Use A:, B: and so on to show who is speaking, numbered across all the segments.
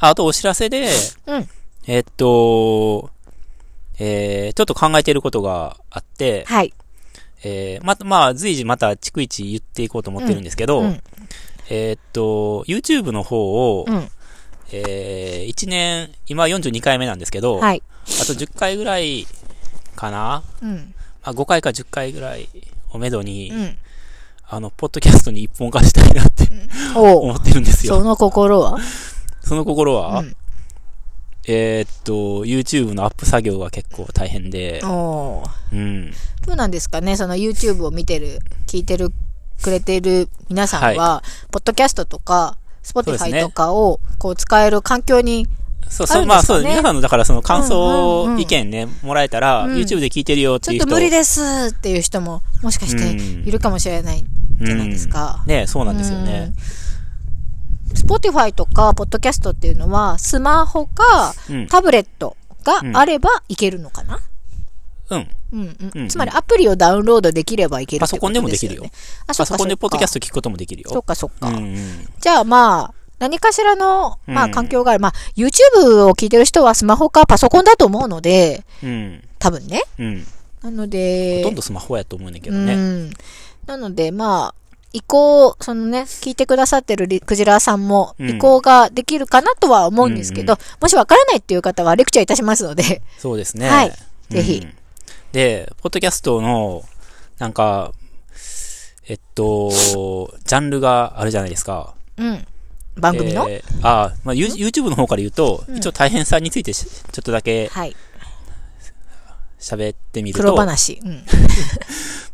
A: ああとお知らせで、
B: うん
A: えっと、えー、ちょっと考えていることがあって、
B: はい。
A: えー、ま、まあ、随時また逐一言っていこうと思ってるんですけど、
B: うん。
A: えーっと、YouTube の方を、
B: うん。
A: えー、1年、今42回目なんですけど、
B: はい。
A: あと10回ぐらいかな、
B: うん。
A: まあ、5回か10回ぐらいをめどに、
B: うん。
A: あの、ポッドキャストに一本化したいなって
B: おう
A: 思ってるんですよ。
B: その心は
A: その心は、
B: うん
A: えーっと、YouTube のアップ作業が結構大変で、
B: おう
A: うん。
B: どうなんですかねその YouTube を見てる、聞いてる、くれてる皆さんは、ポッドキャストとか、
A: うです
B: Spotify
A: ね
B: とかを、こう、使える環境に、
A: そう
B: あ
A: そ
B: る
A: う、
B: んですかね
A: まあそう、皆さんのだからその感想、
B: うんうんうん
A: 意見ね、もらえたら、
B: うん
A: YouTube で聞いてるよって
B: ちょ
A: い
B: っ
A: う人。
B: と無理ですっていう人も、もしかして、いるかもしれないじゃないですか。
A: うんねそうなんですよね。
B: うん。Spotify とか、ポッドキャストっていうのは、スマホか、
A: うん。
B: タブレットがあればいけるのかな、
A: うん。
B: うんうん
A: うんうん
B: つまりアプリをダウンロードできればいける
A: パソコンでもできるよ
B: ってことすよね。あ、そ
A: パ
B: っか
A: ソコンでポッドキャス
B: ト
A: ト聞くこともできるよ。
B: そっかそっ
A: う
B: か。
A: んうん。
B: じゃあまあ、何かしらの、ま
A: う
B: あ
A: ん
B: 環境がある。まあ、YouTube を聞いてる人はスマホかパソコンだと思うので、
A: うん。
B: 多分ね。
A: うん。
B: なので、
A: ほとんどスマホやと思うんだけど
B: う
A: ね。
B: ん。なので、まあ、移行、そのね、聞いてくださってるリクジラーさんも、
A: うん
B: 移行ができるかなとは思うんですけど、
A: う
B: もしわからないっていう方はレクチャーいたしますので、
A: そうですね。
B: はい
A: うん
B: ぜひ。
A: で、ポッドキャストの、なんか、えっと、ジャンルがあるじゃないですか。
B: うん。番組の、
A: えーあーまあ、ユー YouTube の方から言うと、
B: うん
A: 一応大変さについてしちょっとだけ
B: はい。
A: 喋ってみる
B: 黒
A: と、
B: 話。うん。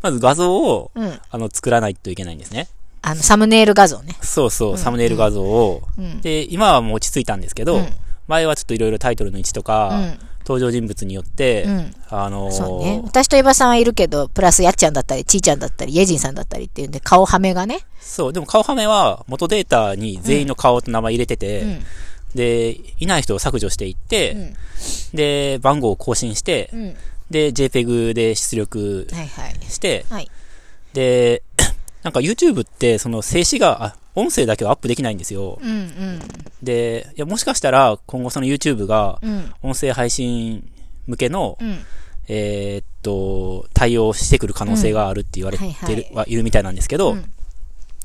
A: まず画像を、
B: うん。
A: あの、作らないといけないんですね。
B: あの、サムネイル画像ね。
A: そうそうう、
B: ん
A: サムネイル画像を。
B: うん。
A: で、今はもう落ち着いたんですけど、
B: うん
A: 前はちょっといろいろタイトルの位置と
B: う
A: か、
B: ん。
A: 登場人物によって、
B: うん。
A: あのー
B: そうね。私とエバさんはいるけど、プラスやっちゃんだったり、ちーちゃんだったり、イェジンさんだったりっていうんで、顔はめがね。
A: そう、でも顔はめは元データに全員の顔と名前入れてて、
B: うん。
A: で、いない人を削除していって、
B: うん
A: で、番号を更新して、
B: うん。
A: で、JPEG で出力
B: はいはい。
A: して、
B: はい。
A: で、 なんか YouTube ってその静止が、あ、音声だけはアップできないんですよ。
B: うんうん。
A: で、いや、もしかしたら今後その YouTube が
B: うん。
A: 音声配信向けの、
B: うん。
A: えーっと、対応してくる可能性があるって言われてる、
B: うんはいはい
A: はいるみたいなんですけど、
B: うん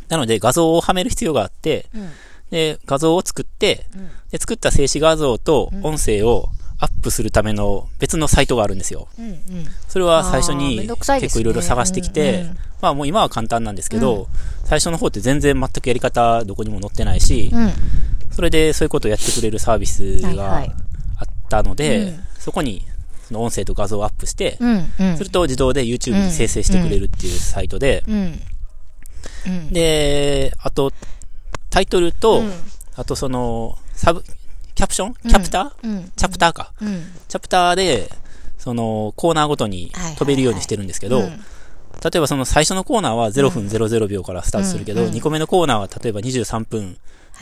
A: なので画像をはめる必要があって、
B: うん。
A: で、画像を作って、
B: うん
A: で、作った静止画像と音声をアップするための別のサイトがあるんですよ。
B: うんうん。
A: それは最初に
B: あーめんどくさいです
A: 結構
B: ね
A: いろいろ探してきて、
B: うんうん
A: まあもう今は簡単なんですけど、最初の方って全然全くやり方どこにも載ってないし、
B: うん。
A: それでそういうことをやってくれるサービス
B: はい
A: が
B: は
A: あ
B: い
A: ったので、
B: うん
A: そこにその音声と画像をアップして、
B: うんうん
A: すると自動で YouTube に生成してくれるっていうサイトで、
B: うん。うん。
A: で、あと、タイトルと、
B: うん
A: あとその、サブ、キャプションキャプター、
B: うん。
A: チャプターか。
B: うん。
A: チャプターで、その、コーナーごとに
B: はいはいはい
A: 飛べるようにしてるんですけど、
B: うん
A: 例えばその最初のコーナーは0分00秒からスタートするけど、
B: うんうん
A: 2個目のコーナーは例えば23分
B: はいは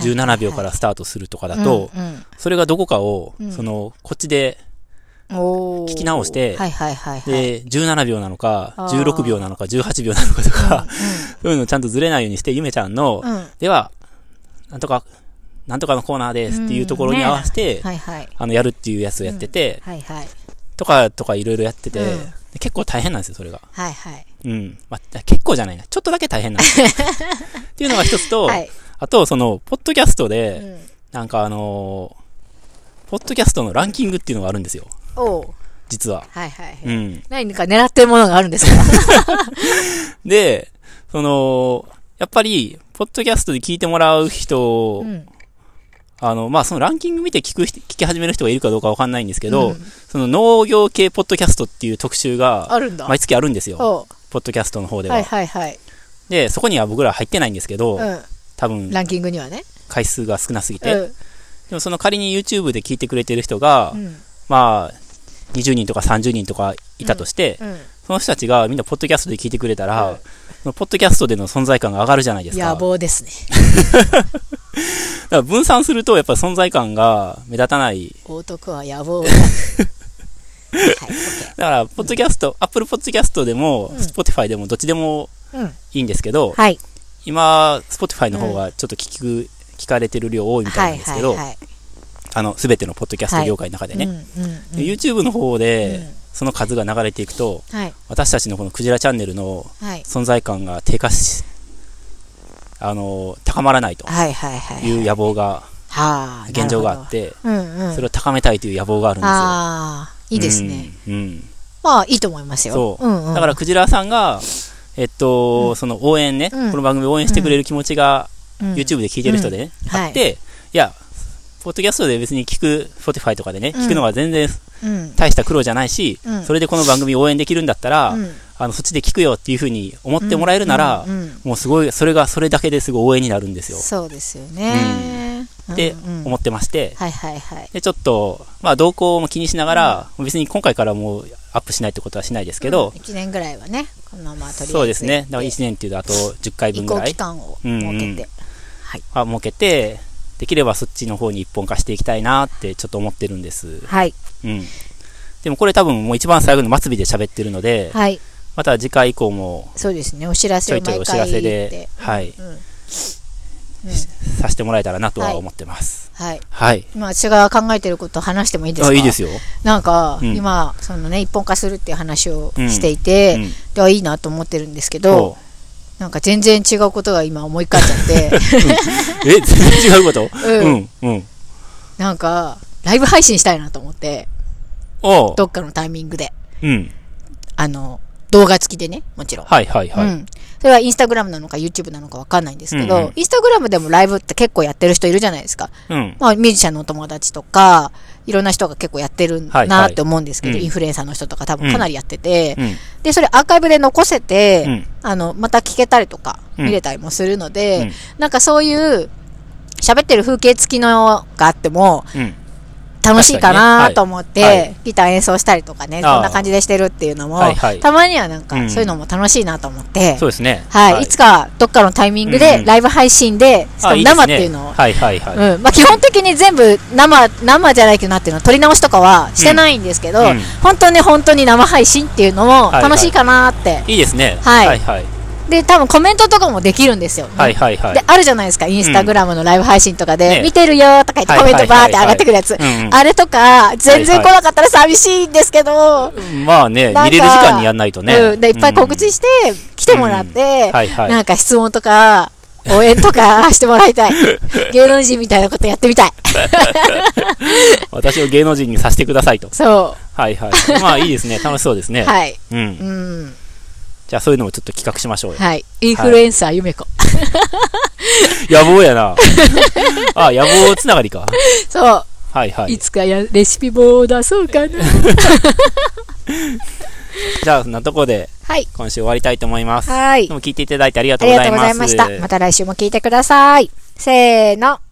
B: いは
A: 17
B: い
A: 秒からスタートするとかだと、
B: うん
A: それがどこかを
B: うん、
A: その、こっちで、
B: うんおー
A: 聞き直して
B: はいはいはいはい。
A: で、17秒なのか、
B: あー
A: 16秒なのか、18秒なのかとか、 そういうのちゃんとずれないようにして、ゆめちゃんの
B: う、ん。うん
A: では、なんとか、なんとかのコーナーですっていうところに合わせて、
B: はいはい。
A: あの、やるっていうやつをやってて、
B: はいはい。
A: とか、とかいろいろやってて、
B: うん
A: で結構大変なんですよ、それが。
B: はいはい。
A: うん。まあ、結構じゃないな。ちょっとだけ大変なんです よっていうのが一つと、
B: はい。
A: あと、その、ポッドキャスト
B: う
A: で、
B: ん
A: なんかあのーポッドキャストのランキングっていうのがあるんですよ。
B: おう
A: 実は。
B: はいはいはい。
A: うん。
B: 何か狙ってるものがあるんですか
A: で、その、やっぱり、ポッドキャストで聞いてもらう人、
B: ん
A: あの、まあ、そのランキング見て聞く人、聞き始める人がいるかどうかわかんないんですけど、
B: うん
A: その農業系ポッドキャストっていう特集
B: あ
A: が、
B: るんだ。
A: 毎月あるんですよ。
B: おう
A: ポッドキャストの方では、
B: はいはいはい。
A: で、そこには僕ら入ってないんですけど、
B: う
A: 多
B: ん。
A: 分、
B: ランキングにはね。
A: 回数が少なすぎて、
B: うん
A: でもその仮に YouTube で聞いてくれてる人が、
B: うん。
A: まあ、20人とか30人とかいたとして、
B: うん。
A: その人たちがみんなポッドキャストで聞いてくれたら、
B: うん
A: そのポッドキャストでの存在感が上がるじゃないですか。
B: 野望ですね。
A: だから分散するとやっぱ存在感が目立たない。
B: 男は 野望だ。はい、
A: だから、ポッドキャスト、Apple Podcast でも、
B: ん
A: Spotify でもどっちでも
B: OK。うん。
A: いいんですけど、
B: はい。
A: 今、Spotify の方がちょっと聞く、聞かれてる量多いみたいなんですけど、
B: はいはいはい
A: あの、すべてのポッドキャスト業界の中でね。
B: うんうんうん
A: で YouTube の方で、
B: うん
A: その数が流れていくと、
B: はい
A: 私たちのこのクジラチャンネルの
B: はい
A: 存在感が低下し、あの、高まらないと
B: はいはいはい
A: いう野望が、
B: はあ
A: 現状があって、
B: なるほどうんうん
A: それを高めたいという野望があるんですよ。
B: ああいいですね、
A: うん。うん。
B: まあいいと思いますよ
A: そう
B: うんうん、
A: だから、クジラさんが、えっと、その応援ね、
B: うん
A: この番組を応援してくれる気持ちが、
B: うん、
A: YouTube で聞いてる人でね、
B: うん
A: あって、い、や、ポッドキャストで別に聞く、Spotify とかでね、
B: うん
A: 聞くのは全然
B: うん
A: 大した苦労じゃないし、
B: うん
A: それでこの番組応援できるんだったら、
B: うん
A: あの、そっちで聞くよっていうふうに思ってもらえるなら、
B: うんうん
A: もうすごい、それが、それだけですごい応援になるんですよ。
B: そうですよね、
A: って
B: うんうん
A: 思ってまして、
B: はいはいはい
A: で、ちょっと、まあ、動向も気にしながら、別に今回からもうアップしないってことはしないですけど、
B: 1年ぐらいはねこのまま取り
A: そうですね。だから
B: 移
A: 1年っていうと、あと10回分ぐ
B: 行
A: らい
B: 期間を設けて、
A: うんうんは設けて、できればそっちの方に一本化していきたいなってちょっと思ってるんです。
B: はい
A: うん。でもこれ多分もう一番最後の末尾で喋ってるので、
B: はい
A: また次回以降も
B: そうですねお知ら
A: ち
B: せ
A: ょ
B: を
A: いちょい
B: 毎
A: お知
B: 回
A: らせ
B: 言っ
A: で
B: て、
A: はい、
B: うんうん、
A: させてもらえたらなとは思ってます。
B: はい
A: はい。
B: 今私が考えてることを話してもいいです
A: あ
B: か
A: いいですよ。
B: なんか、
A: うん
B: 今そのね一本化するっていう話を
A: うん
B: していて、
A: うん
B: ではいいなと思ってるんですけど、
A: お
B: なんか全然違うことが今思い浮かんじ ゃって
A: え、全然違うこと
B: う
A: うん。うん。
B: なんかライブ配信したいなと思って
A: おう
B: どっかのタイミングで
A: うん。
B: あの動画付きでねもちろん、
A: はいはいはい。
B: うん、それはインスタグラムなのか YouTube なのかわかんないんですけど、
A: うんうん
B: インスタグラムでもライブって結構やってる人いるじゃないですか、
A: うん。
B: まあ、ミュージシャンのお友達とかいろんな人が結構やってる
A: はい
B: な
A: はい
B: って思うんですけど、
A: うん
B: インフルエンサーの人とか多分かなりやってて、
A: うん。
B: で、それアーカイブで残せて、
A: うん
B: あの、また聞けたりとか、
A: うん
B: 見れたりもするので、
A: うん
B: なんかそういう、喋ってる風景付きのがあっても、
A: うん。
B: 楽しいか
A: 確かにねは
B: ないと思って、
A: はい
B: ギター演奏したりとかね、
A: あー
B: こんな感じでしてるっていうのも、
A: はいはい
B: たまにはなんか、
A: うん
B: そういうのも楽しいなと思って、
A: そうですね。
B: はい、い、つかどっかのタイミング
A: うん
B: で、
A: うん
B: ライブ配信で、しか
A: あ
B: も
A: いいです
B: 生
A: ね
B: っていうのを、
A: はいはいはい。
B: うんまあ、基本的に全部生生じゃないけどなっていうのは撮り直しとかはしてないんですけど、
A: うんうん
B: 本当に本当に生配信っていうのも
A: はいはい
B: 楽しいかなって、
A: いいですね。
B: はい
A: はいはい。
B: で多分コメントとかもできるんですよ、
A: はいはいはい
B: であるじゃないですかインスタグラムのライブ配信とかで、
A: ね
B: 見てるよとか言って
A: はいは
B: コメ
A: い
B: ントバーって上がってくるやつ、
A: はいはいうんうん
B: あれとか全然来なかったら寂しいんですけど、
A: まあね、
B: なんか
A: 見れる時間にやんないとね。
B: うん、でいっぱい告知して、来てもらって、
A: うんはいはい
B: なんか質問とか、応援とかしてもら いたい。芸能人みたいなことやってみたい。
A: うん私を芸能人にさせてくださいと。
B: そ
A: はいはい。まあいいですね。楽しそうです
B: う。
A: ね。
B: はい。
A: うん
B: う。ん。
A: じゃあそういうのもちょっと企画しましょうよ。
B: はい。インフルエンサーゆめ子。
A: 野望や な。あ、野望つながりか。
B: そ
A: はいは
B: う。い
A: い。
B: つかやレシピ本を出そうかな。
A: じゃあそんなとこで
B: はい。
A: 今週終わりたいと思います。
B: はい
A: で。も聞いていただいてありが
B: あ
A: とう
B: り
A: ご
B: が
A: ざ
B: と
A: いう
B: ご
A: ます。
B: ざいました。また来週も聞いてください。せーの。